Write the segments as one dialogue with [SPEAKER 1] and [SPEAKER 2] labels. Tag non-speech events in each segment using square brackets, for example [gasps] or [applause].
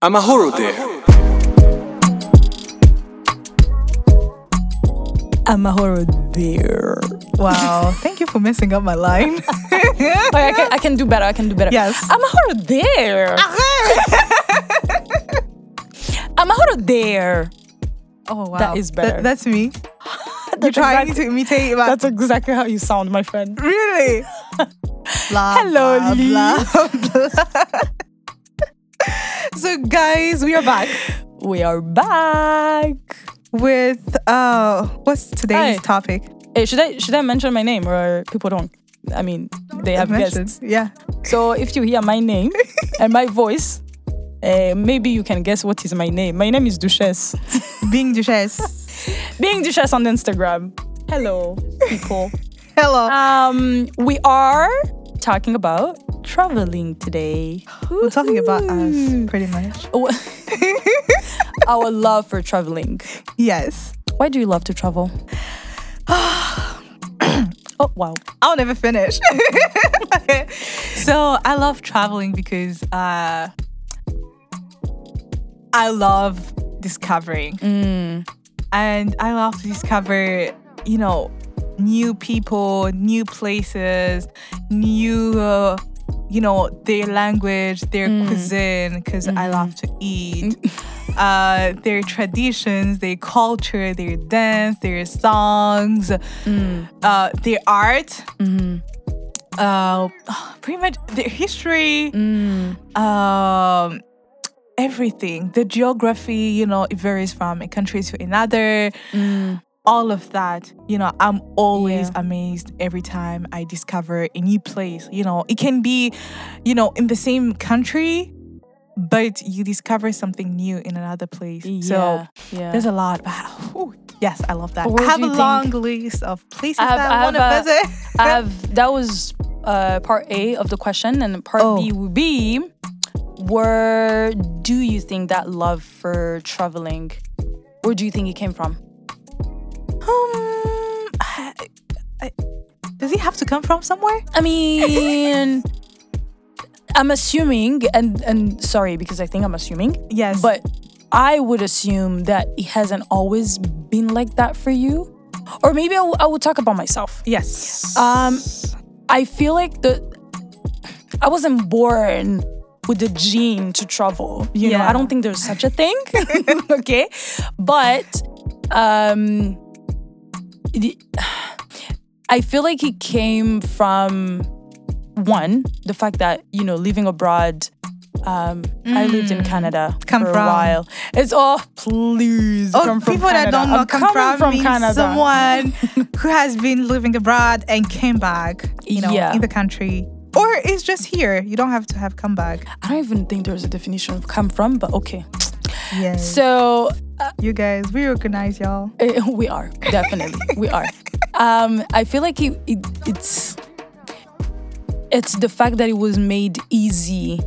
[SPEAKER 1] I'm a horror there.
[SPEAKER 2] I'm a horror dear. Wow. Thank you for messing up my line.
[SPEAKER 3] [laughs] Okay, I, can, I can do better. I can do better.
[SPEAKER 2] Yes.
[SPEAKER 3] I'm a horror
[SPEAKER 2] [laughs]
[SPEAKER 3] there. [laughs] I'm a horror there.
[SPEAKER 2] oh, wow.
[SPEAKER 3] That is better.
[SPEAKER 2] that's me. You're trying to [laughs] imitate my.
[SPEAKER 3] That's exactly how you sound, my friend.
[SPEAKER 2] really? Blah,
[SPEAKER 3] Hello,
[SPEAKER 2] blah,
[SPEAKER 3] Lee.
[SPEAKER 2] blah, [laughs] blah. so, guys, we are back
[SPEAKER 3] We are back.
[SPEAKER 2] with uh, what's today's
[SPEAKER 3] Hi.
[SPEAKER 2] topic?
[SPEAKER 3] Eh, should I should I mention my name or people don't? I mean, they have
[SPEAKER 2] Mentioned.
[SPEAKER 3] guessed.
[SPEAKER 2] Yeah.
[SPEAKER 3] So if you hear my
[SPEAKER 2] [laughs]
[SPEAKER 3] name and my voice, eh, maybe you can guess what is my name. My name is
[SPEAKER 2] [laughs]
[SPEAKER 3] Duchess.
[SPEAKER 2] Being Duchess.
[SPEAKER 3] Being Duchess on Instagram. Hello, people.
[SPEAKER 2] Hello.
[SPEAKER 3] Um, we are talking about traveling today.
[SPEAKER 2] We're talking about us, pretty much.
[SPEAKER 3] Oh, [laughs] Our love for traveling.
[SPEAKER 2] Yes.
[SPEAKER 3] Why do you love to [sighs] travel? oh wow!
[SPEAKER 2] I'll never finish. [laughs] so I love traveling because uh, I love discovering, Mm. and I love to discover, you know, new people, new places, new, uh, you know, their language, their cuisine, because I love to eat. [laughs] Uh, their traditions, their culture, their dance, their songs, uh, their art uh, [sighs] pretty much the history, um, everything, the geography, you know, it varies from a country to another. All of that, you know, I'm always
[SPEAKER 3] Yeah.
[SPEAKER 2] amazed every time I discover a new place. You know, it can be, you know, in the same country, but you discover something new in another place. So
[SPEAKER 3] yeah.
[SPEAKER 2] there's a lot. But, whew, yes, I love that.
[SPEAKER 3] But where
[SPEAKER 2] I
[SPEAKER 3] do
[SPEAKER 2] have a
[SPEAKER 3] you think-
[SPEAKER 2] long list of places
[SPEAKER 3] I have-
[SPEAKER 2] that
[SPEAKER 3] I
[SPEAKER 2] I, want
[SPEAKER 3] have
[SPEAKER 2] to
[SPEAKER 3] a-
[SPEAKER 2] visit. [laughs]
[SPEAKER 3] I have that was uh, part A of the question, and part
[SPEAKER 2] Oh.
[SPEAKER 3] B will be where do you think that love for traveling? Where do you think it came from?
[SPEAKER 2] Um, I, I, does he have to come from somewhere?
[SPEAKER 3] I mean, I'm assuming, and and sorry because I think I'm assuming,
[SPEAKER 2] Yes, but
[SPEAKER 3] but I would assume that it hasn't always been like that for you, or maybe I will- I will talk about myself.
[SPEAKER 2] yes.
[SPEAKER 3] Um, I feel like the I wasn't born with the gene to travel. You know,
[SPEAKER 2] Yeah.
[SPEAKER 3] I don't think there's such a thing.
[SPEAKER 2] [laughs]
[SPEAKER 3] [laughs] okay, but um, it- I feel like it came from one the fact that you know living abroad. Um, I lived in Canada
[SPEAKER 2] Mm. Come
[SPEAKER 3] for
[SPEAKER 2] from.
[SPEAKER 3] a while. It's all please.
[SPEAKER 2] Oh,
[SPEAKER 3] come from
[SPEAKER 2] people that
[SPEAKER 3] Canada.
[SPEAKER 2] don't know
[SPEAKER 3] I'm
[SPEAKER 2] come
[SPEAKER 3] coming
[SPEAKER 2] from, means
[SPEAKER 3] Canada. [laughs]
[SPEAKER 2] someone who has been living abroad and came back, you know,
[SPEAKER 3] Yeah.
[SPEAKER 2] in the country, or it's just here. You don't have to have come back.
[SPEAKER 3] I don't even think there's a definition of come from, but okay.
[SPEAKER 2] Yes,
[SPEAKER 3] So
[SPEAKER 2] you guys, we recognize y'all.
[SPEAKER 3] Eh, [laughs] we are definitely we are um i feel like it, it it's it's the fact that it was made easy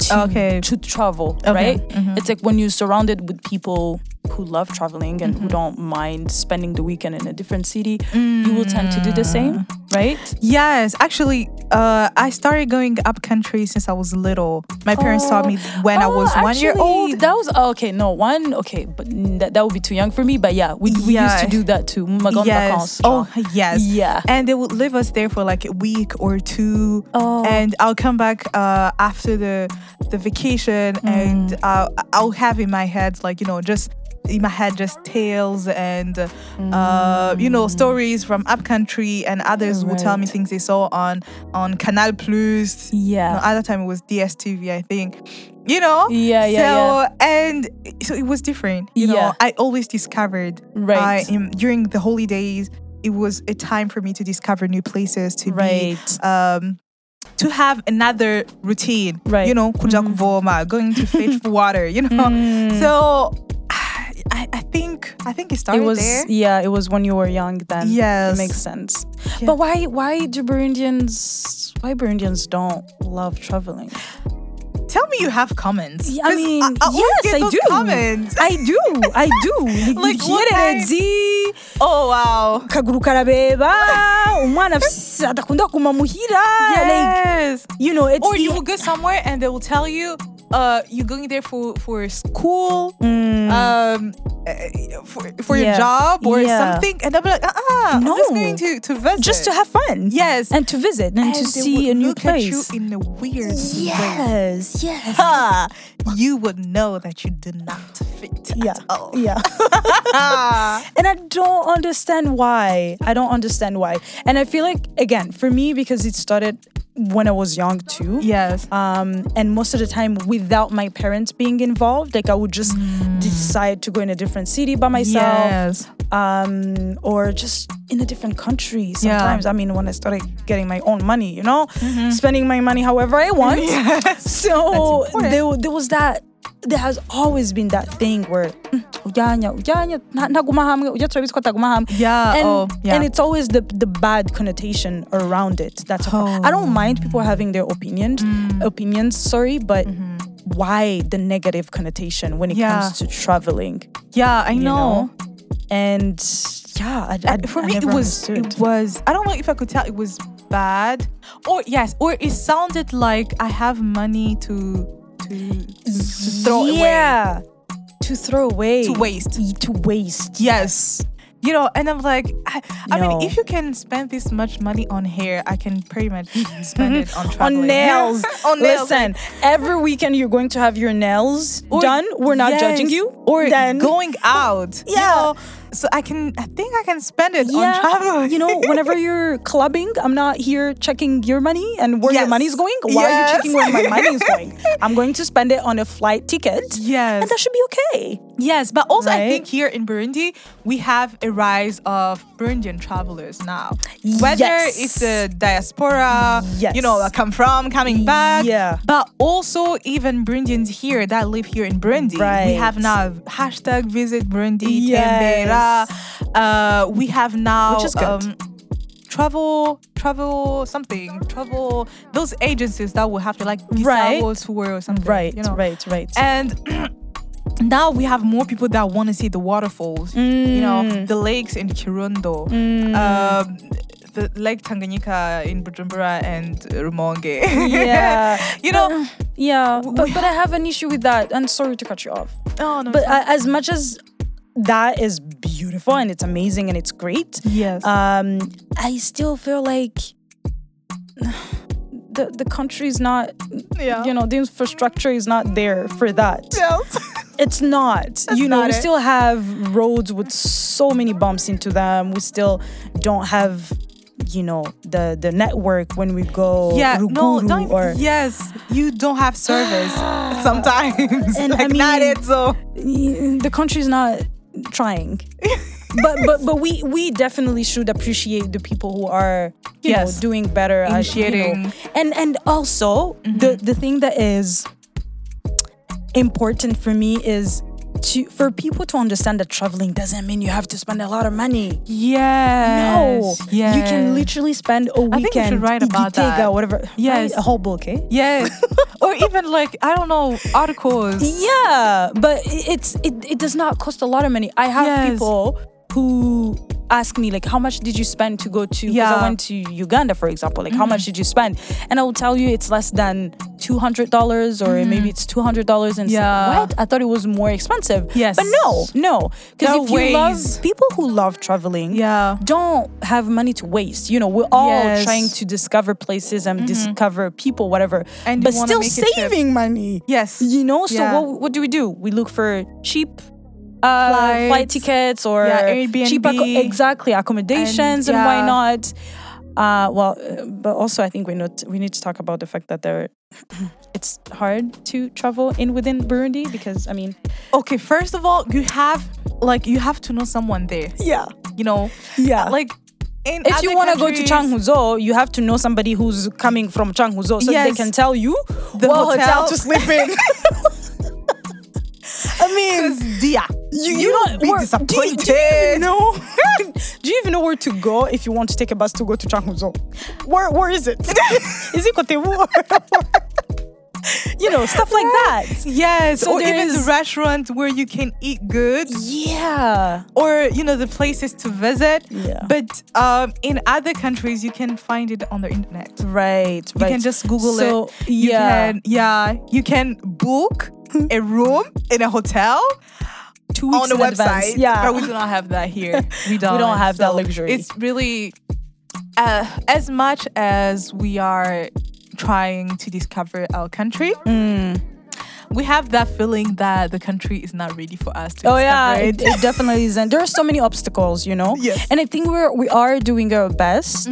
[SPEAKER 3] to,
[SPEAKER 2] Okay. Mm-hmm.
[SPEAKER 3] to travel right it's like when you're surrounded with people who love traveling and
[SPEAKER 2] Mm-hmm.
[SPEAKER 3] who don't mind spending the weekend in a different city you will tend to do
[SPEAKER 2] Mm.
[SPEAKER 3] the same right
[SPEAKER 2] Yes, actually, uh, I started going up country since I was little. My parents taught me when I
[SPEAKER 3] Oh,
[SPEAKER 2] was one year
[SPEAKER 3] actually,
[SPEAKER 2] old.
[SPEAKER 3] That was oh, okay. No one. Okay, but mm, that, that would be too young for me. But yeah, we, we used
[SPEAKER 2] Yeah.
[SPEAKER 3] to do that too. Magon
[SPEAKER 2] Yes.
[SPEAKER 3] vacances,
[SPEAKER 2] Oh, yes.
[SPEAKER 3] Yeah.
[SPEAKER 2] And they would leave us there for like a week or two.
[SPEAKER 3] Oh.
[SPEAKER 2] And I'll come back uh, after the the vacation,
[SPEAKER 3] Hmm.
[SPEAKER 2] and I'll, I'll have in my head like you know just in my head just tales and uh, you know stories from upcountry, and others will tell
[SPEAKER 3] Hmm.
[SPEAKER 2] me
[SPEAKER 3] Right.
[SPEAKER 2] things they saw on on Canal Plus.
[SPEAKER 3] Yeah.
[SPEAKER 2] No, at that time it was DSTV, I think. You know.
[SPEAKER 3] Oh. Yeah, yeah,
[SPEAKER 2] So and so it was different. You
[SPEAKER 3] Yeah.
[SPEAKER 2] know, I always discovered
[SPEAKER 3] Right.
[SPEAKER 2] I am during the holidays. It was a time for me to discover new places to
[SPEAKER 3] Right.
[SPEAKER 2] be um to have another routine.
[SPEAKER 3] Right. Mm.
[SPEAKER 2] You know, kujakuvoma, going to
[SPEAKER 3] [laughs]
[SPEAKER 2] fetch water. You know, so [sighs] I, I think I think it
[SPEAKER 3] it
[SPEAKER 2] started
[SPEAKER 3] was
[SPEAKER 2] there.
[SPEAKER 3] yeah it was when you were young then
[SPEAKER 2] Yes.
[SPEAKER 3] it makes sense
[SPEAKER 2] Yeah.
[SPEAKER 3] but why why do burundians why burundians don't love traveling
[SPEAKER 2] Tell me you have comments.
[SPEAKER 3] Yeah, i
[SPEAKER 2] 'cause
[SPEAKER 3] mean
[SPEAKER 2] always
[SPEAKER 3] yes
[SPEAKER 2] get
[SPEAKER 3] i
[SPEAKER 2] those
[SPEAKER 3] do
[SPEAKER 2] Comments.
[SPEAKER 3] i do i [laughs] do
[SPEAKER 2] Like,
[SPEAKER 3] Like,
[SPEAKER 2] what I-
[SPEAKER 3] yerezi,
[SPEAKER 2] [laughs] oh wow.
[SPEAKER 3] kaguru [laughs] karabeba umwana afise- adakunda kumamuhira, like,
[SPEAKER 2] Yes.
[SPEAKER 3] you know it's e-
[SPEAKER 2] or
[SPEAKER 3] the-
[SPEAKER 2] you will go somewhere and they will tell you uh, you're going there for for school, um, uh, for, for your
[SPEAKER 3] Mm. Yeah.
[SPEAKER 2] job or
[SPEAKER 3] Yeah.
[SPEAKER 2] something, and I'll be like, ah, uh-uh, I'm just
[SPEAKER 3] No.
[SPEAKER 2] going to to visit,
[SPEAKER 3] just to have fun.
[SPEAKER 2] Yes.
[SPEAKER 3] And to visit and, to
[SPEAKER 2] And they
[SPEAKER 3] see
[SPEAKER 2] would
[SPEAKER 3] a new
[SPEAKER 2] look at
[SPEAKER 3] place.
[SPEAKER 2] you in a weird
[SPEAKER 3] [laughs]
[SPEAKER 2] way.
[SPEAKER 3] Yes, yes. [laughs]
[SPEAKER 2] Ha! You would know that you do not fit
[SPEAKER 3] Yeah.
[SPEAKER 2] at all. Ah.
[SPEAKER 3] Yeah. and I don't understand why. I don't understand why. And I feel like again, for me because it started when I was young too.
[SPEAKER 2] Yes.
[SPEAKER 3] Um, and most of the time without my parents being involved, like I would just decide to go in a different city by myself.
[SPEAKER 2] [laughs] Yes.
[SPEAKER 3] um, or just in a different country sometimes. I mean, when I started getting my own money, you know, spending my money however I want. So
[SPEAKER 2] important.
[SPEAKER 3] there, there was that. There has always been that thing where "Mm, ujanya, ujanya, na- na gumaham, uja Travis kwa ta gumaham."
[SPEAKER 2] Yeah,
[SPEAKER 3] and,
[SPEAKER 2] oh, yeah.
[SPEAKER 3] and it's always the the bad connotation around it. That's a pro- I don't
[SPEAKER 2] Oh.
[SPEAKER 3] mind people having their opinions,
[SPEAKER 2] Mm.
[SPEAKER 3] opinions. Sorry, but why the negative connotation when it
[SPEAKER 2] Mm-hmm. Yeah.
[SPEAKER 3] comes to traveling?
[SPEAKER 2] Yeah, I
[SPEAKER 3] you
[SPEAKER 2] know.
[SPEAKER 3] know? And yeah, I, I,
[SPEAKER 2] For
[SPEAKER 3] I
[SPEAKER 2] me, it
[SPEAKER 3] never
[SPEAKER 2] was it
[SPEAKER 3] understood.
[SPEAKER 2] was. I don't know if I could tell it was bad, or yes, or it sounded like I have money to to, to throw away
[SPEAKER 3] yeah, to throw away,
[SPEAKER 2] to waste.
[SPEAKER 3] E- to waste.
[SPEAKER 2] Yes. You know, and I'm like, I, I
[SPEAKER 3] No.
[SPEAKER 2] mean, if you can spend this much money on hair, I can pretty
[SPEAKER 3] [laughs]
[SPEAKER 2] much spend it on traveling.
[SPEAKER 3] On nails,
[SPEAKER 2] [laughs] on nails.
[SPEAKER 3] Listen, every weekend you're going to have your nails
[SPEAKER 2] Or-
[SPEAKER 3] done. We're not judging
[SPEAKER 2] yes,
[SPEAKER 3] you.
[SPEAKER 2] Or
[SPEAKER 3] then
[SPEAKER 2] going out. you
[SPEAKER 3] Yeah.
[SPEAKER 2] know. so I can, I think I can spend it on
[SPEAKER 3] yeah,
[SPEAKER 2] traveling.
[SPEAKER 3] you know, whenever
[SPEAKER 2] [laughs]
[SPEAKER 3] you're clubbing, I'm not here checking your money and where your
[SPEAKER 2] Yes.
[SPEAKER 3] money's going. Why are
[SPEAKER 2] Yes.
[SPEAKER 3] you checking where my money is
[SPEAKER 2] [laughs]
[SPEAKER 3] going? I'm going to spend it on a flight ticket,
[SPEAKER 2] Yes.
[SPEAKER 3] and that should be okay.
[SPEAKER 2] Yes, but also I
[SPEAKER 3] Right?
[SPEAKER 2] think here in Burundi we have a rise of Burundian travelers now. Whether
[SPEAKER 3] Yes.
[SPEAKER 2] it's the diaspora,
[SPEAKER 3] Yes.
[SPEAKER 2] you know, I come from, coming back,
[SPEAKER 3] Yeah.
[SPEAKER 2] but also even Burundians here that live here in Burundi. We
[SPEAKER 3] Right.
[SPEAKER 2] have now hashtag visit Burundi,
[SPEAKER 3] Yes.
[SPEAKER 2] Tembera. Uh, we have now um,
[SPEAKER 3] Which is good.
[SPEAKER 2] travel travel something travel those agencies that will have to like
[SPEAKER 3] Right.
[SPEAKER 2] travel tour or something
[SPEAKER 3] Right,
[SPEAKER 2] you know?
[SPEAKER 3] right, right.
[SPEAKER 2] And [clears throat] now we have more people that want to see the waterfalls, you
[SPEAKER 3] Mm.
[SPEAKER 2] know, the lakes in Kirundo, um, the Lake Tanganyika in Bujumbura and Rumonge.
[SPEAKER 3] Yeah.
[SPEAKER 2] [laughs] you know,
[SPEAKER 3] Yeah, but, but I have an issue with that. And sorry to cut you off.
[SPEAKER 2] oh, no,
[SPEAKER 3] But
[SPEAKER 2] it's not-
[SPEAKER 3] uh, as much as that is beautiful and it's amazing and it's great,
[SPEAKER 2] yes.
[SPEAKER 3] um, I still feel like [sighs] the the country's not,
[SPEAKER 2] Yeah.
[SPEAKER 3] you know, the infrastructure is not there for that.
[SPEAKER 2] Yes.
[SPEAKER 3] It's not. you know,
[SPEAKER 2] not
[SPEAKER 3] we
[SPEAKER 2] it.
[SPEAKER 3] still have roads with so many bumps into them. We still don't have, you know, the the network when we go.
[SPEAKER 2] yeah, no,
[SPEAKER 3] Ruguru
[SPEAKER 2] don't,
[SPEAKER 3] or
[SPEAKER 2] yes, you don't have
[SPEAKER 3] [gasps]
[SPEAKER 2] service sometimes.
[SPEAKER 3] And I
[SPEAKER 2] like, not
[SPEAKER 3] mean-
[SPEAKER 2] it, so.
[SPEAKER 3] Mm, the country's not
[SPEAKER 2] [laughs]
[SPEAKER 3] trying. but but but we we definitely should appreciate the people who are you
[SPEAKER 2] Yes.
[SPEAKER 3] know doing better at, you know.
[SPEAKER 2] Initiating. Mm-hmm.
[SPEAKER 3] and and also the the thing that is important for me is to for people to understand that traveling doesn't mean you have to spend a lot of money.
[SPEAKER 2] Yes.
[SPEAKER 3] no,
[SPEAKER 2] Yes.
[SPEAKER 3] you can literally spend a weekend,
[SPEAKER 2] think we should write about
[SPEAKER 3] Igitega,
[SPEAKER 2] that.
[SPEAKER 3] whatever.
[SPEAKER 2] Yes.
[SPEAKER 3] Write a whole book, eh? [laughs]
[SPEAKER 2] Yes. or even like, I don't know, articles.
[SPEAKER 3] Yeah, but i- it's it, it does not cost a lot of money. I have
[SPEAKER 2] Yes.
[SPEAKER 3] people who ask me like how much did you spend to go to because
[SPEAKER 2] Yeah. Mm-hmm.
[SPEAKER 3] I went to Uganda for example like how much did you spend and I will tell you it's less than $200 or maybe it's $200 and
[SPEAKER 2] Mm-hmm. Yeah.
[SPEAKER 3] yeah. what I thought it was more expensive
[SPEAKER 2] Yes.
[SPEAKER 3] but no no
[SPEAKER 2] There
[SPEAKER 3] because
[SPEAKER 2] are
[SPEAKER 3] if you
[SPEAKER 2] ways.
[SPEAKER 3] love people who love traveling
[SPEAKER 2] Yeah.
[SPEAKER 3] don't have money to waste you know we're all
[SPEAKER 2] Yes. Mm-hmm.
[SPEAKER 3] trying to discover places and discover people whatever
[SPEAKER 2] And you
[SPEAKER 3] but
[SPEAKER 2] wanna
[SPEAKER 3] still
[SPEAKER 2] make a trip.
[SPEAKER 3] saving money
[SPEAKER 2] Yes.
[SPEAKER 3] you know so
[SPEAKER 2] Yeah.
[SPEAKER 3] what, what do we do we look for cheap
[SPEAKER 2] uh,
[SPEAKER 3] uh, flight tickets or
[SPEAKER 2] Yeah,
[SPEAKER 3] cheap
[SPEAKER 2] Airbnb.
[SPEAKER 3] acco- exactly accommodations and,
[SPEAKER 2] And- yeah.
[SPEAKER 3] why not uh, well uh, but also i think we need we need to talk about the fact that there [clears throat] it's hard to travel in within burundi because i mean
[SPEAKER 2] Okay, first of all, you have like you have to know someone there.
[SPEAKER 3] yeah
[SPEAKER 2] You know,
[SPEAKER 3] yeah
[SPEAKER 2] like in
[SPEAKER 3] if you want to go to
[SPEAKER 2] Changhu,
[SPEAKER 3] Changhuzo, you have to know somebody who's coming from Changhuzo so
[SPEAKER 2] Yes.
[SPEAKER 3] they can tell you
[SPEAKER 2] The
[SPEAKER 3] what hotel,
[SPEAKER 2] hotel. [laughs]
[SPEAKER 3] to sleep in. I mean,
[SPEAKER 2] Dia,
[SPEAKER 3] you,
[SPEAKER 2] you
[SPEAKER 3] don't
[SPEAKER 2] will be
[SPEAKER 3] where- Do you, do you
[SPEAKER 2] disappointed.
[SPEAKER 3] even
[SPEAKER 2] [laughs]
[SPEAKER 3] know? do you even know where to go if you want to take a bus
[SPEAKER 2] [laughs]
[SPEAKER 3] to go to Changhuzo? Where Where is it? is it Kotebu? you know, stuff like that.
[SPEAKER 2] Yes,
[SPEAKER 3] So
[SPEAKER 2] or
[SPEAKER 3] there
[SPEAKER 2] even
[SPEAKER 3] is-
[SPEAKER 2] the restaurants where you can eat good,
[SPEAKER 3] Yeah.
[SPEAKER 2] or you know the places to visit.
[SPEAKER 3] Yeah.
[SPEAKER 2] But um, in other countries, you can find it on the internet.
[SPEAKER 3] Right.
[SPEAKER 2] You
[SPEAKER 3] right.
[SPEAKER 2] can just Google
[SPEAKER 3] so,
[SPEAKER 2] it. You
[SPEAKER 3] yeah. Hmm.
[SPEAKER 2] can, yeah, you can book a room in a hotel
[SPEAKER 3] two weeks
[SPEAKER 2] on the
[SPEAKER 3] in advance.
[SPEAKER 2] website.
[SPEAKER 3] Yeah.
[SPEAKER 2] but we do not have that
[SPEAKER 3] [laughs]
[SPEAKER 2] here. We don't.
[SPEAKER 3] don't have that
[SPEAKER 2] So
[SPEAKER 3] luxury.
[SPEAKER 2] It's really uh, as much as we are trying to discover our country.
[SPEAKER 3] Mm.
[SPEAKER 2] We have that feeling that the country is not ready for us to
[SPEAKER 3] Oh
[SPEAKER 2] discover
[SPEAKER 3] yeah,
[SPEAKER 2] it.
[SPEAKER 3] it, it definitely isn't. There are so many obstacles, you know.
[SPEAKER 2] Yes. Mm-hmm.
[SPEAKER 3] And I think we're we are doing our best,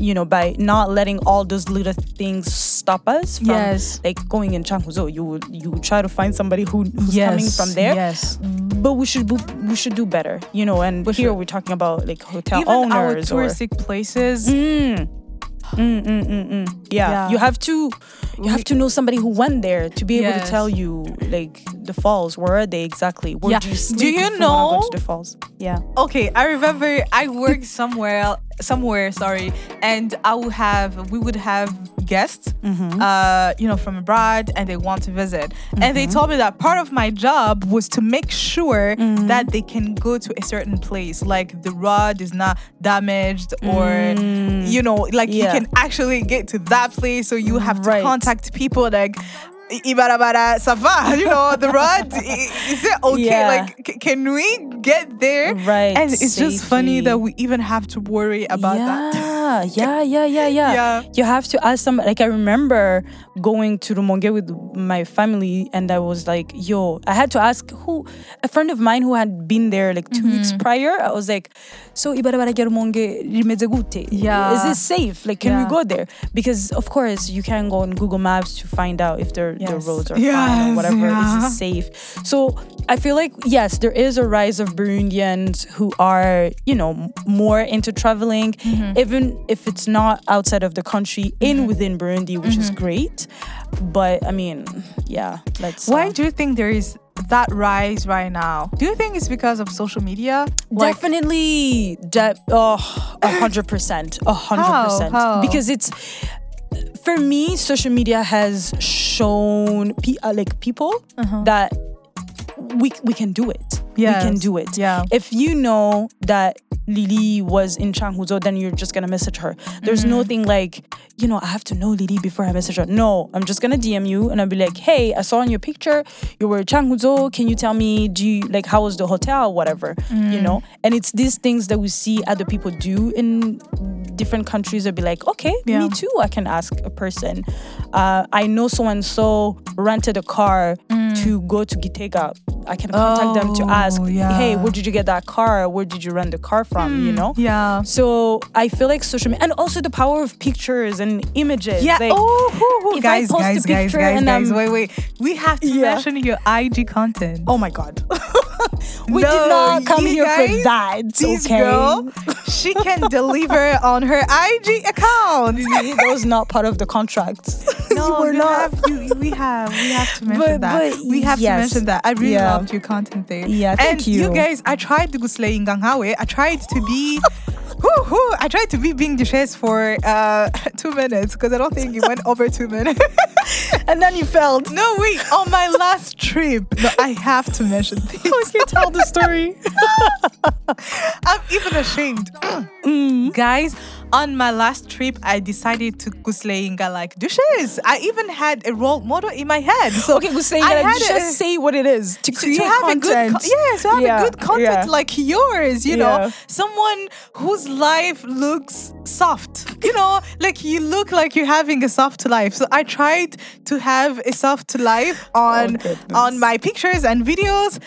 [SPEAKER 3] you know, by not letting all those little things stop us from
[SPEAKER 2] Yes.
[SPEAKER 3] like going in Changhuzo. You would you would try to find somebody who, who's
[SPEAKER 2] yes,
[SPEAKER 3] coming from there.
[SPEAKER 2] Yes.
[SPEAKER 3] But we should bo- we should do better, you know. And here
[SPEAKER 2] should.
[SPEAKER 3] we're talking about like hotel
[SPEAKER 2] Even our
[SPEAKER 3] owners or
[SPEAKER 2] touristic places.
[SPEAKER 3] yeah.
[SPEAKER 2] Yeah.
[SPEAKER 3] You have to you have to know somebody who went there to be able to
[SPEAKER 2] Yes.
[SPEAKER 3] tell you like the falls. Where are they exactly? Where
[SPEAKER 2] Yeah.
[SPEAKER 3] do you
[SPEAKER 2] Do
[SPEAKER 3] sleep
[SPEAKER 2] you
[SPEAKER 3] if wanna go
[SPEAKER 2] know-
[SPEAKER 3] to the falls? Yeah.
[SPEAKER 2] Okay, I remember I worked somewhere el- somewhere, sorry, and I would have we would have guests
[SPEAKER 3] Mm-hmm.
[SPEAKER 2] uh, you know, from abroad and they want to visit. And
[SPEAKER 3] Mm-hmm.
[SPEAKER 2] they told me that part of my job was to make sure
[SPEAKER 3] Mm-hmm.
[SPEAKER 2] that they can go to a certain place, like the road is not damaged or you know, like
[SPEAKER 3] Mm. Yeah.
[SPEAKER 2] you can actually get to that place. So you have to
[SPEAKER 3] Right.
[SPEAKER 2] contact people like Ibarabara Safa, [laughs] you know, the road i- i- is it okay?
[SPEAKER 3] Yeah.
[SPEAKER 2] Like c- can we get there?
[SPEAKER 3] Right,
[SPEAKER 2] And it's just funny that
[SPEAKER 3] safely.
[SPEAKER 2] we even have to worry about
[SPEAKER 3] yeah,
[SPEAKER 2] that.
[SPEAKER 3] Yeah, yeah, yeah, yeah,
[SPEAKER 2] Yeah.
[SPEAKER 3] You have to ask some. Like I remember going to Rumonge with my family, and I was like, "Yo," I had to ask who a friend of mine who had been there like 2 weeks
[SPEAKER 2] Mm-hmm.
[SPEAKER 3] prior. I was like, "So Ibarabara ke Rumonge limezegute.
[SPEAKER 2] Yeah.
[SPEAKER 3] is it safe? Like, can we
[SPEAKER 2] Yeah.
[SPEAKER 3] go there? Because of course you can go on Google Maps to find out if their their Yes. roads are fine or
[SPEAKER 2] Yes,
[SPEAKER 3] whatever. Is
[SPEAKER 2] yeah.
[SPEAKER 3] it safe? So I feel like yes, there is a rise of Burundians who are you know m- more into traveling,
[SPEAKER 2] Mm-hmm.
[SPEAKER 3] even if it's not outside of the country, in within Burundi, which
[SPEAKER 2] Mm-hmm.
[SPEAKER 3] is great. But I mean, yeah, let's.
[SPEAKER 2] [laughs] Why
[SPEAKER 3] uh,
[SPEAKER 2] do you think there is that rise right now? Do you think it's because of social media? Like,
[SPEAKER 3] Definitely, de- oh, a hundred percent, a hundred
[SPEAKER 2] How?
[SPEAKER 3] percent.
[SPEAKER 2] How?
[SPEAKER 3] Because it's for me, social media has shown pe- uh, like people
[SPEAKER 2] Uh-huh.
[SPEAKER 3] that we we can do it.
[SPEAKER 2] Yes.
[SPEAKER 3] We can do it.
[SPEAKER 2] Yeah.
[SPEAKER 3] If you know that Lili was in Changhuzo, then you're just gonna message her. There's no
[SPEAKER 2] Mm-hmm.
[SPEAKER 3] thing like, you know, I have to know Lili before I message her. No, I'm just gonna DM you and I'll be like, hey, I saw on your picture you were in Changhuzo. Can you tell me, do you like how was the hotel, whatever, you know?
[SPEAKER 2] Mm.
[SPEAKER 3] And it's these things that we see other people do in different countries. I'll be like, okay, me
[SPEAKER 2] Yeah.
[SPEAKER 3] too. I can ask a person. Uh, I know so and so rented a car to go to Gitega. I can contact them to ask,
[SPEAKER 2] Mm. Oh, yeah.
[SPEAKER 3] hey, where did you get that car? Where did you rent the car from? You know?
[SPEAKER 2] Hmm, yeah.
[SPEAKER 3] So I feel like social media and also the power of pictures and images.
[SPEAKER 2] Yeah.
[SPEAKER 3] Like,
[SPEAKER 2] oh, hoo, hoo.
[SPEAKER 3] if I
[SPEAKER 2] guys,
[SPEAKER 3] post a
[SPEAKER 2] guys, guys,
[SPEAKER 3] picture
[SPEAKER 2] guys,
[SPEAKER 3] and
[SPEAKER 2] guys.
[SPEAKER 3] I'm-
[SPEAKER 2] Wait, wait. We have to
[SPEAKER 3] Yeah.
[SPEAKER 2] mention your IG content.
[SPEAKER 3] oh my God. [laughs] we
[SPEAKER 2] No,
[SPEAKER 3] did not come
[SPEAKER 2] you
[SPEAKER 3] here for
[SPEAKER 2] guys,
[SPEAKER 3] that.
[SPEAKER 2] This
[SPEAKER 3] okay.
[SPEAKER 2] girl, she can [laughs] deliver on her IG account.
[SPEAKER 3] [laughs] that was not part of the
[SPEAKER 2] [laughs]
[SPEAKER 3] contract.
[SPEAKER 2] No,
[SPEAKER 3] [laughs] you were
[SPEAKER 2] you
[SPEAKER 3] not.
[SPEAKER 2] have- you- we have. We have to mention
[SPEAKER 3] But-
[SPEAKER 2] that.
[SPEAKER 3] but
[SPEAKER 2] we have
[SPEAKER 3] yes.
[SPEAKER 2] to mention that. I really
[SPEAKER 3] Yeah.
[SPEAKER 2] loved your content there.
[SPEAKER 3] Yeah,
[SPEAKER 2] and
[SPEAKER 3] thank you.
[SPEAKER 2] guys, I tried to go slay in Ganghawe. I tried to be. [laughs] Whoo, whoo, I tried to be being the chess for uh, [laughs] two minutes because I don't think it went over two minutes. [laughs]
[SPEAKER 3] and then you failed.
[SPEAKER 2] no, wait, on my last trip. No, I have to mention this.
[SPEAKER 3] [laughs] Okay, tell the story.
[SPEAKER 2] [laughs] I'm even ashamed.
[SPEAKER 3] Hmm?
[SPEAKER 2] Guys, on my last trip, I decided to kusleinga like dishes. I even had a role model in my head. So
[SPEAKER 3] Okay, we're saying
[SPEAKER 2] I
[SPEAKER 3] that
[SPEAKER 2] had
[SPEAKER 3] just
[SPEAKER 2] a-
[SPEAKER 3] say what it is to
[SPEAKER 2] [laughs] to
[SPEAKER 3] create
[SPEAKER 2] have a good
[SPEAKER 3] content.
[SPEAKER 2] con- yes, to have
[SPEAKER 3] Yeah,
[SPEAKER 2] a good content
[SPEAKER 3] yeah.
[SPEAKER 2] like yours, you
[SPEAKER 3] Yeah.
[SPEAKER 2] know, someone whose life looks soft, you know, like you look like you're having a soft life. So I tried to have a soft life on
[SPEAKER 3] Oh, goodness.
[SPEAKER 2] on my pictures and videos.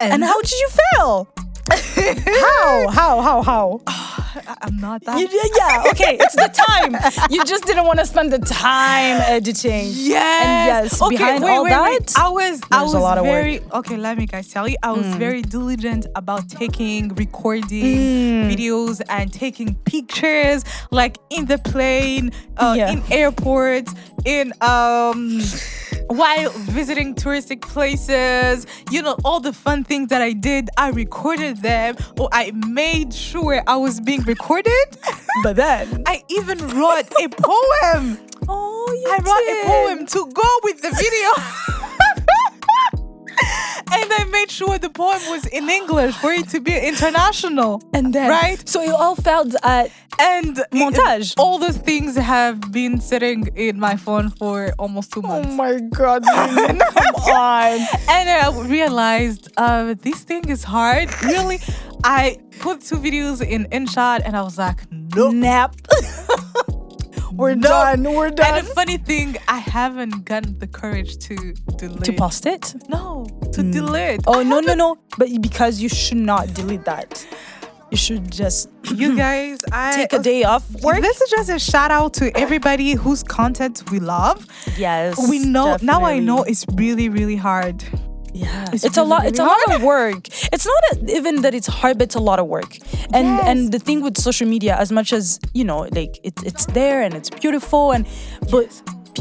[SPEAKER 3] And how did you
[SPEAKER 2] [laughs]
[SPEAKER 3] fail? how? How? How? How?
[SPEAKER 2] I- I'm not that.
[SPEAKER 3] You- yeah, yeah, okay, it's the time. You just didn't want to spend the [laughs] time editing.
[SPEAKER 2] Yes.
[SPEAKER 3] And yes, behind all that,
[SPEAKER 2] I was I
[SPEAKER 3] there's
[SPEAKER 2] was
[SPEAKER 3] a lot of work. Mm.
[SPEAKER 2] very okay. Let me guys tell you, I was very diligent about taking, recording
[SPEAKER 3] Mm.
[SPEAKER 2] videos, and taking pictures, like in the plane, uh,
[SPEAKER 3] Yeah.
[SPEAKER 2] in airports, in um. While visiting touristic places, you know, all the fun things that I did, I recorded them or I made sure I was being recorded. [laughs]
[SPEAKER 3] but then
[SPEAKER 2] I even wrote a poem.
[SPEAKER 3] Oh, you
[SPEAKER 2] I wrote a
[SPEAKER 3] did.
[SPEAKER 2] poem to go with the video. [laughs] and I made sure the poem was in English for it to be international.
[SPEAKER 3] And then,
[SPEAKER 2] Right?
[SPEAKER 3] So it all felt uh, at
[SPEAKER 2] And it-
[SPEAKER 3] Montage.
[SPEAKER 2] all those things have been sitting in my phone for almost two months.
[SPEAKER 3] Oh my god, [laughs] come on.
[SPEAKER 2] and I realized uh, this thing is hard. Really, I put two videos in InShot and I was like, no.
[SPEAKER 3] [laughs] Nap. We're
[SPEAKER 2] No.
[SPEAKER 3] done. We're done.
[SPEAKER 2] And the funny thing, I haven't gotten the courage to Hmm. delete.
[SPEAKER 3] to post it?
[SPEAKER 2] No, to delete.
[SPEAKER 3] Oh no no no! But because you should not delete that, you should just
[SPEAKER 2] [laughs] You guys, I
[SPEAKER 3] take a day off work.
[SPEAKER 2] This is just a shout out to everybody whose content we love.
[SPEAKER 3] Yes,
[SPEAKER 2] We know now. I
[SPEAKER 3] definitely.
[SPEAKER 2] know it's really, really hard.
[SPEAKER 3] Yeah,
[SPEAKER 2] It's
[SPEAKER 3] it's, a
[SPEAKER 2] really,
[SPEAKER 3] lot.
[SPEAKER 2] really
[SPEAKER 3] it's a lot of work. It's not a, even that it's hard, but it's a lot of work. And
[SPEAKER 2] Yes.
[SPEAKER 3] and the thing with social media, as much as you know, like it's it's there and it's beautiful, and but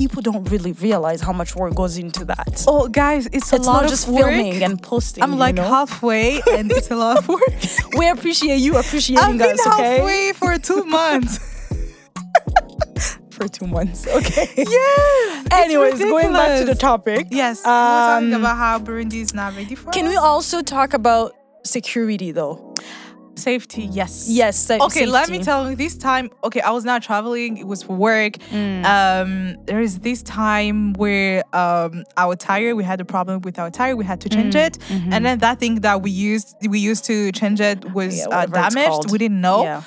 [SPEAKER 3] people don't really realize how much work goes into that.
[SPEAKER 2] Oh, guys, it's a
[SPEAKER 3] it's
[SPEAKER 2] lot
[SPEAKER 3] not
[SPEAKER 2] of
[SPEAKER 3] just
[SPEAKER 2] work.
[SPEAKER 3] filming and posting.
[SPEAKER 2] I'm
[SPEAKER 3] you
[SPEAKER 2] like
[SPEAKER 3] know?
[SPEAKER 2] halfway, and it's a lot of work. [laughs]
[SPEAKER 3] we appreciate you
[SPEAKER 2] I've
[SPEAKER 3] appreciating
[SPEAKER 2] been
[SPEAKER 3] us, okay?
[SPEAKER 2] halfway for two months.
[SPEAKER 3] For two months, okay. [laughs]
[SPEAKER 2] yes. it's
[SPEAKER 3] Anyways, going back to the
[SPEAKER 2] ridiculous.
[SPEAKER 3] topic.
[SPEAKER 2] [laughs] Yes, we we're talking
[SPEAKER 3] Um,
[SPEAKER 2] about how Burundi is not ready for
[SPEAKER 3] Can we
[SPEAKER 2] us.
[SPEAKER 3] also talk about security though?
[SPEAKER 2] safety? Yes.
[SPEAKER 3] Yes. sa-
[SPEAKER 2] Okay, let me
[SPEAKER 3] safety.
[SPEAKER 2] tell you. This time, okay, I was not traveling. It was for work.
[SPEAKER 3] Mm.
[SPEAKER 2] Um, there is this time where um our tire, we had a problem with our tire. We had to change
[SPEAKER 3] Mm,
[SPEAKER 2] it,
[SPEAKER 3] mm-hmm.
[SPEAKER 2] and then that thing that we used, we used to change it was
[SPEAKER 3] Yeah,
[SPEAKER 2] uh,
[SPEAKER 3] whatever it's
[SPEAKER 2] damaged.
[SPEAKER 3] called.
[SPEAKER 2] We didn't know,
[SPEAKER 3] Yeah.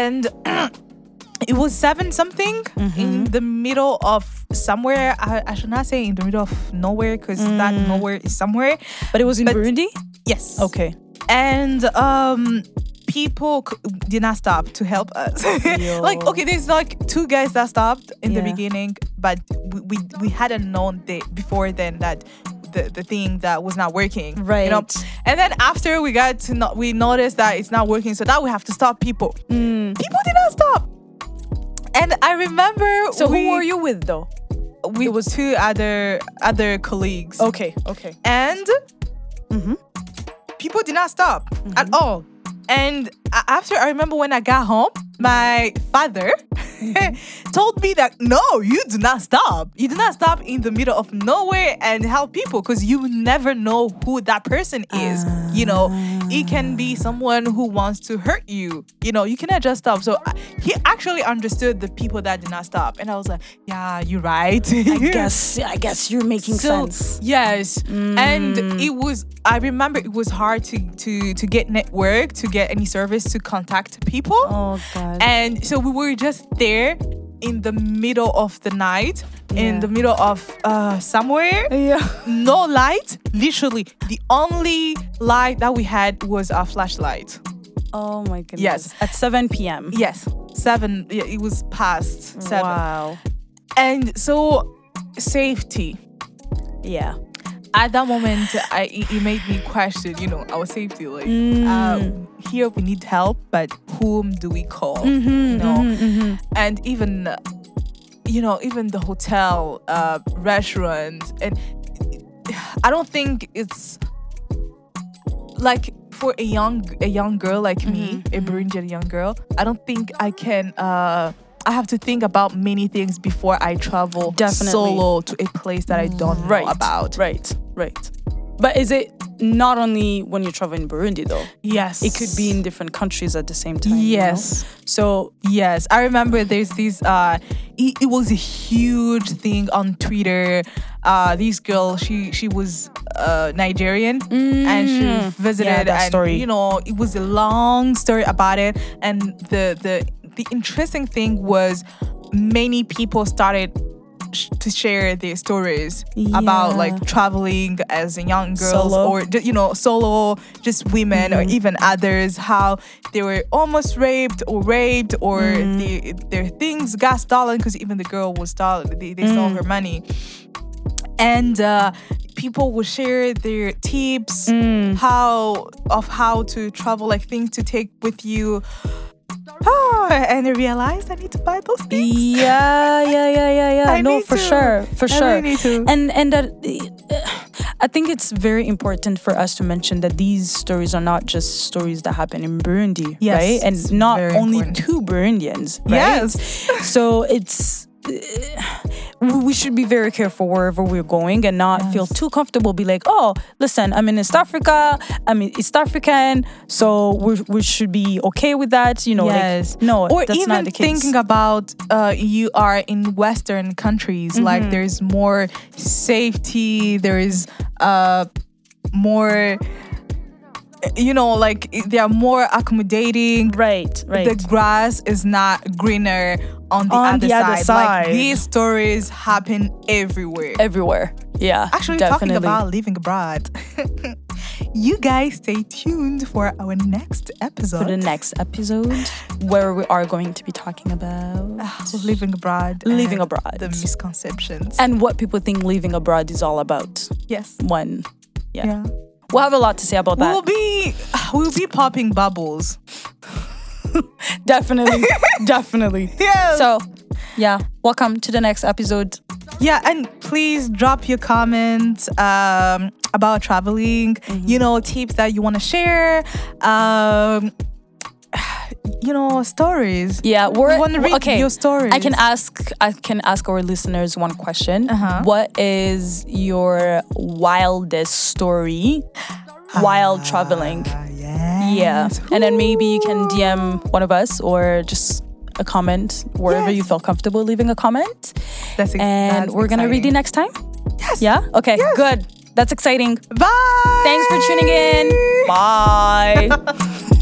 [SPEAKER 2] and [clears throat] it was seven something
[SPEAKER 3] Mm-hmm.
[SPEAKER 2] in the middle of somewhere. I, I should not say in the middle of nowhere because that
[SPEAKER 3] Mm.
[SPEAKER 2] nowhere is somewhere.
[SPEAKER 3] But it was in
[SPEAKER 2] But-
[SPEAKER 3] Burundi.
[SPEAKER 2] Yes.
[SPEAKER 3] Okay.
[SPEAKER 2] and um people c- did not stop to help us [laughs] like
[SPEAKER 3] Yo.
[SPEAKER 2] okay there's like two guys that stopped in the
[SPEAKER 3] Yeah.
[SPEAKER 2] beginning but we, we we hadn't known the, before then that the, the thing that was not working you know?
[SPEAKER 3] Right.
[SPEAKER 2] and then after we got to not we noticed that it's not working so now we have to stop people
[SPEAKER 3] Mm.
[SPEAKER 2] people did not stop and i remember
[SPEAKER 3] So
[SPEAKER 2] we,
[SPEAKER 3] who were you with though?
[SPEAKER 2] we was two other other colleagues
[SPEAKER 3] Okay. Okay.
[SPEAKER 2] and
[SPEAKER 3] Mhm.
[SPEAKER 2] people did not stop
[SPEAKER 3] Mm-hmm.
[SPEAKER 2] at all. And a- after I remember when I got home, my father
[SPEAKER 3] Mm-hmm.
[SPEAKER 2] [laughs] told me that no, you do not stop. You do not stop in the middle of nowhere and help people because you never know who that person is. you know, it can be
[SPEAKER 3] Ah.
[SPEAKER 2] someone who wants to hurt you. You know, you cannot just stop. So I, he actually understood the people that did not stop. And I was like, yeah, you're right. [laughs]
[SPEAKER 3] I guess I guess you're making
[SPEAKER 2] So,
[SPEAKER 3] sense. Mm.
[SPEAKER 2] Yes, and it was. I remember it was hard to to to get network, to get any service, to contact people,
[SPEAKER 3] Oh god.
[SPEAKER 2] and so we were just there in the middle of the night, in
[SPEAKER 3] Yeah.
[SPEAKER 2] the middle of uh, somewhere.
[SPEAKER 3] yeah.
[SPEAKER 2] No light, literally. The only light that we had was our flashlight.
[SPEAKER 3] Oh my goodness.
[SPEAKER 2] Yes.
[SPEAKER 3] At 7 p.m.
[SPEAKER 2] Yes, seven. yeah, It was past seven.
[SPEAKER 3] Wow.
[SPEAKER 2] And so, safety.
[SPEAKER 3] Yeah.
[SPEAKER 2] at that moment, I it it made me question, you know, our safety. Like,
[SPEAKER 3] Mm.
[SPEAKER 2] uh, here we need help, but whom do we call?
[SPEAKER 3] Mm-hmm,
[SPEAKER 2] you know, and even, uh, you know, even the hotel, uh, restaurant, and I don't think it's like for a young a young girl like
[SPEAKER 3] Mm-hmm,
[SPEAKER 2] me, a Burundian young girl. I don't think I can. Uh, I have to think about many things before I travel
[SPEAKER 3] Definitely.
[SPEAKER 2] solo to a place that I don't know about.
[SPEAKER 3] Right. Right. But is it not only when you travel in Burundi though?
[SPEAKER 2] Yes.
[SPEAKER 3] It could be in different countries at the same time. you know?
[SPEAKER 2] Yes.
[SPEAKER 3] So
[SPEAKER 2] Yes. I remember there's this uh it, it was a huge thing on Twitter. Uh this girl, she she was uh Nigerian and she visited
[SPEAKER 3] Mm. Yeah, that
[SPEAKER 2] and
[SPEAKER 3] story.
[SPEAKER 2] you know, it was a long story about it and the the the interesting thing was many people started sh- to share their stories about
[SPEAKER 3] Yeah.
[SPEAKER 2] like traveling as a young girls
[SPEAKER 3] Solo.
[SPEAKER 2] or ju- you know solo just women or even others how they were almost raped or raped or the, their things got stolen because even the girl was stolen they, they stole her money and uh, people will share their tips how of how to travel like things to take with you Ah, and I realized I need to buy those things.
[SPEAKER 3] Yeah, yeah, yeah, yeah, yeah.
[SPEAKER 2] I
[SPEAKER 3] no,
[SPEAKER 2] need
[SPEAKER 3] for
[SPEAKER 2] to.
[SPEAKER 3] sure, for
[SPEAKER 2] I
[SPEAKER 3] sure.
[SPEAKER 2] really need to.
[SPEAKER 3] And and that, I think it's very important for us to mention that these stories are not just stories that happen in Burundi,
[SPEAKER 2] Yes,
[SPEAKER 3] right?
[SPEAKER 2] it's
[SPEAKER 3] And not
[SPEAKER 2] very
[SPEAKER 3] only
[SPEAKER 2] important.
[SPEAKER 3] two Burundians, right?
[SPEAKER 2] Yes.
[SPEAKER 3] [laughs] So it's we should be very careful wherever we're going and not feel too comfortable. Be like, oh, listen, I'm in East Africa. I'm in East African, so we we should be okay with that. You know,
[SPEAKER 2] yes.
[SPEAKER 3] like no,
[SPEAKER 2] or
[SPEAKER 3] that's
[SPEAKER 2] even
[SPEAKER 3] not the case.
[SPEAKER 2] thinking about uh, you are in Western countries,
[SPEAKER 3] Mm-hmm.
[SPEAKER 2] like there's more safety, there is uh, more, you know, like they are more accommodating.
[SPEAKER 3] right, right.
[SPEAKER 2] The grass is not greener on the,
[SPEAKER 3] On
[SPEAKER 2] other,
[SPEAKER 3] the other
[SPEAKER 2] Like
[SPEAKER 3] side.
[SPEAKER 2] these stories happen everywhere.
[SPEAKER 3] everywhere. Yeah.
[SPEAKER 2] Actually,
[SPEAKER 3] definitely.
[SPEAKER 2] talking about living abroad. [laughs] You guys stay tuned for our
[SPEAKER 3] for
[SPEAKER 2] next
[SPEAKER 3] the
[SPEAKER 2] episode,
[SPEAKER 3] next episode where we are going to be talking about
[SPEAKER 2] [sighs] living abroad,
[SPEAKER 3] Living
[SPEAKER 2] and
[SPEAKER 3] abroad.
[SPEAKER 2] the misconceptions.
[SPEAKER 3] and what people think leaving abroad is all about.
[SPEAKER 2] Yes.
[SPEAKER 3] When
[SPEAKER 2] Yeah.
[SPEAKER 3] we'll have a lot to say about that.
[SPEAKER 2] We'll be [sighs] we'll be popping bubbles.
[SPEAKER 3] [laughs] definitely, definitely.
[SPEAKER 2] Yeah. So
[SPEAKER 3] So, yeah, welcome to the next episode.
[SPEAKER 2] yeah, and please drop your comments um, about traveling.
[SPEAKER 3] Mm-hmm.
[SPEAKER 2] You know, tips that you want to share. Um, [sighs] you know, stories.
[SPEAKER 3] Yeah, we're
[SPEAKER 2] We wanna read
[SPEAKER 3] okay.
[SPEAKER 2] your stories.
[SPEAKER 3] I can ask. I can ask our listeners one question. What is your wildest story while traveling?
[SPEAKER 2] Ah, yeah.
[SPEAKER 3] Yeah, and then maybe you can DM one of us or just a comment wherever
[SPEAKER 2] Yes.
[SPEAKER 3] you feel comfortable leaving a comment.
[SPEAKER 2] That's ex-
[SPEAKER 3] And
[SPEAKER 2] that's
[SPEAKER 3] we're gonna read you
[SPEAKER 2] exciting.
[SPEAKER 3] next time. Yeah. Okay. Good. That's exciting.
[SPEAKER 2] Bye. [laughs]
[SPEAKER 3] Thanks for tuning in. Bye.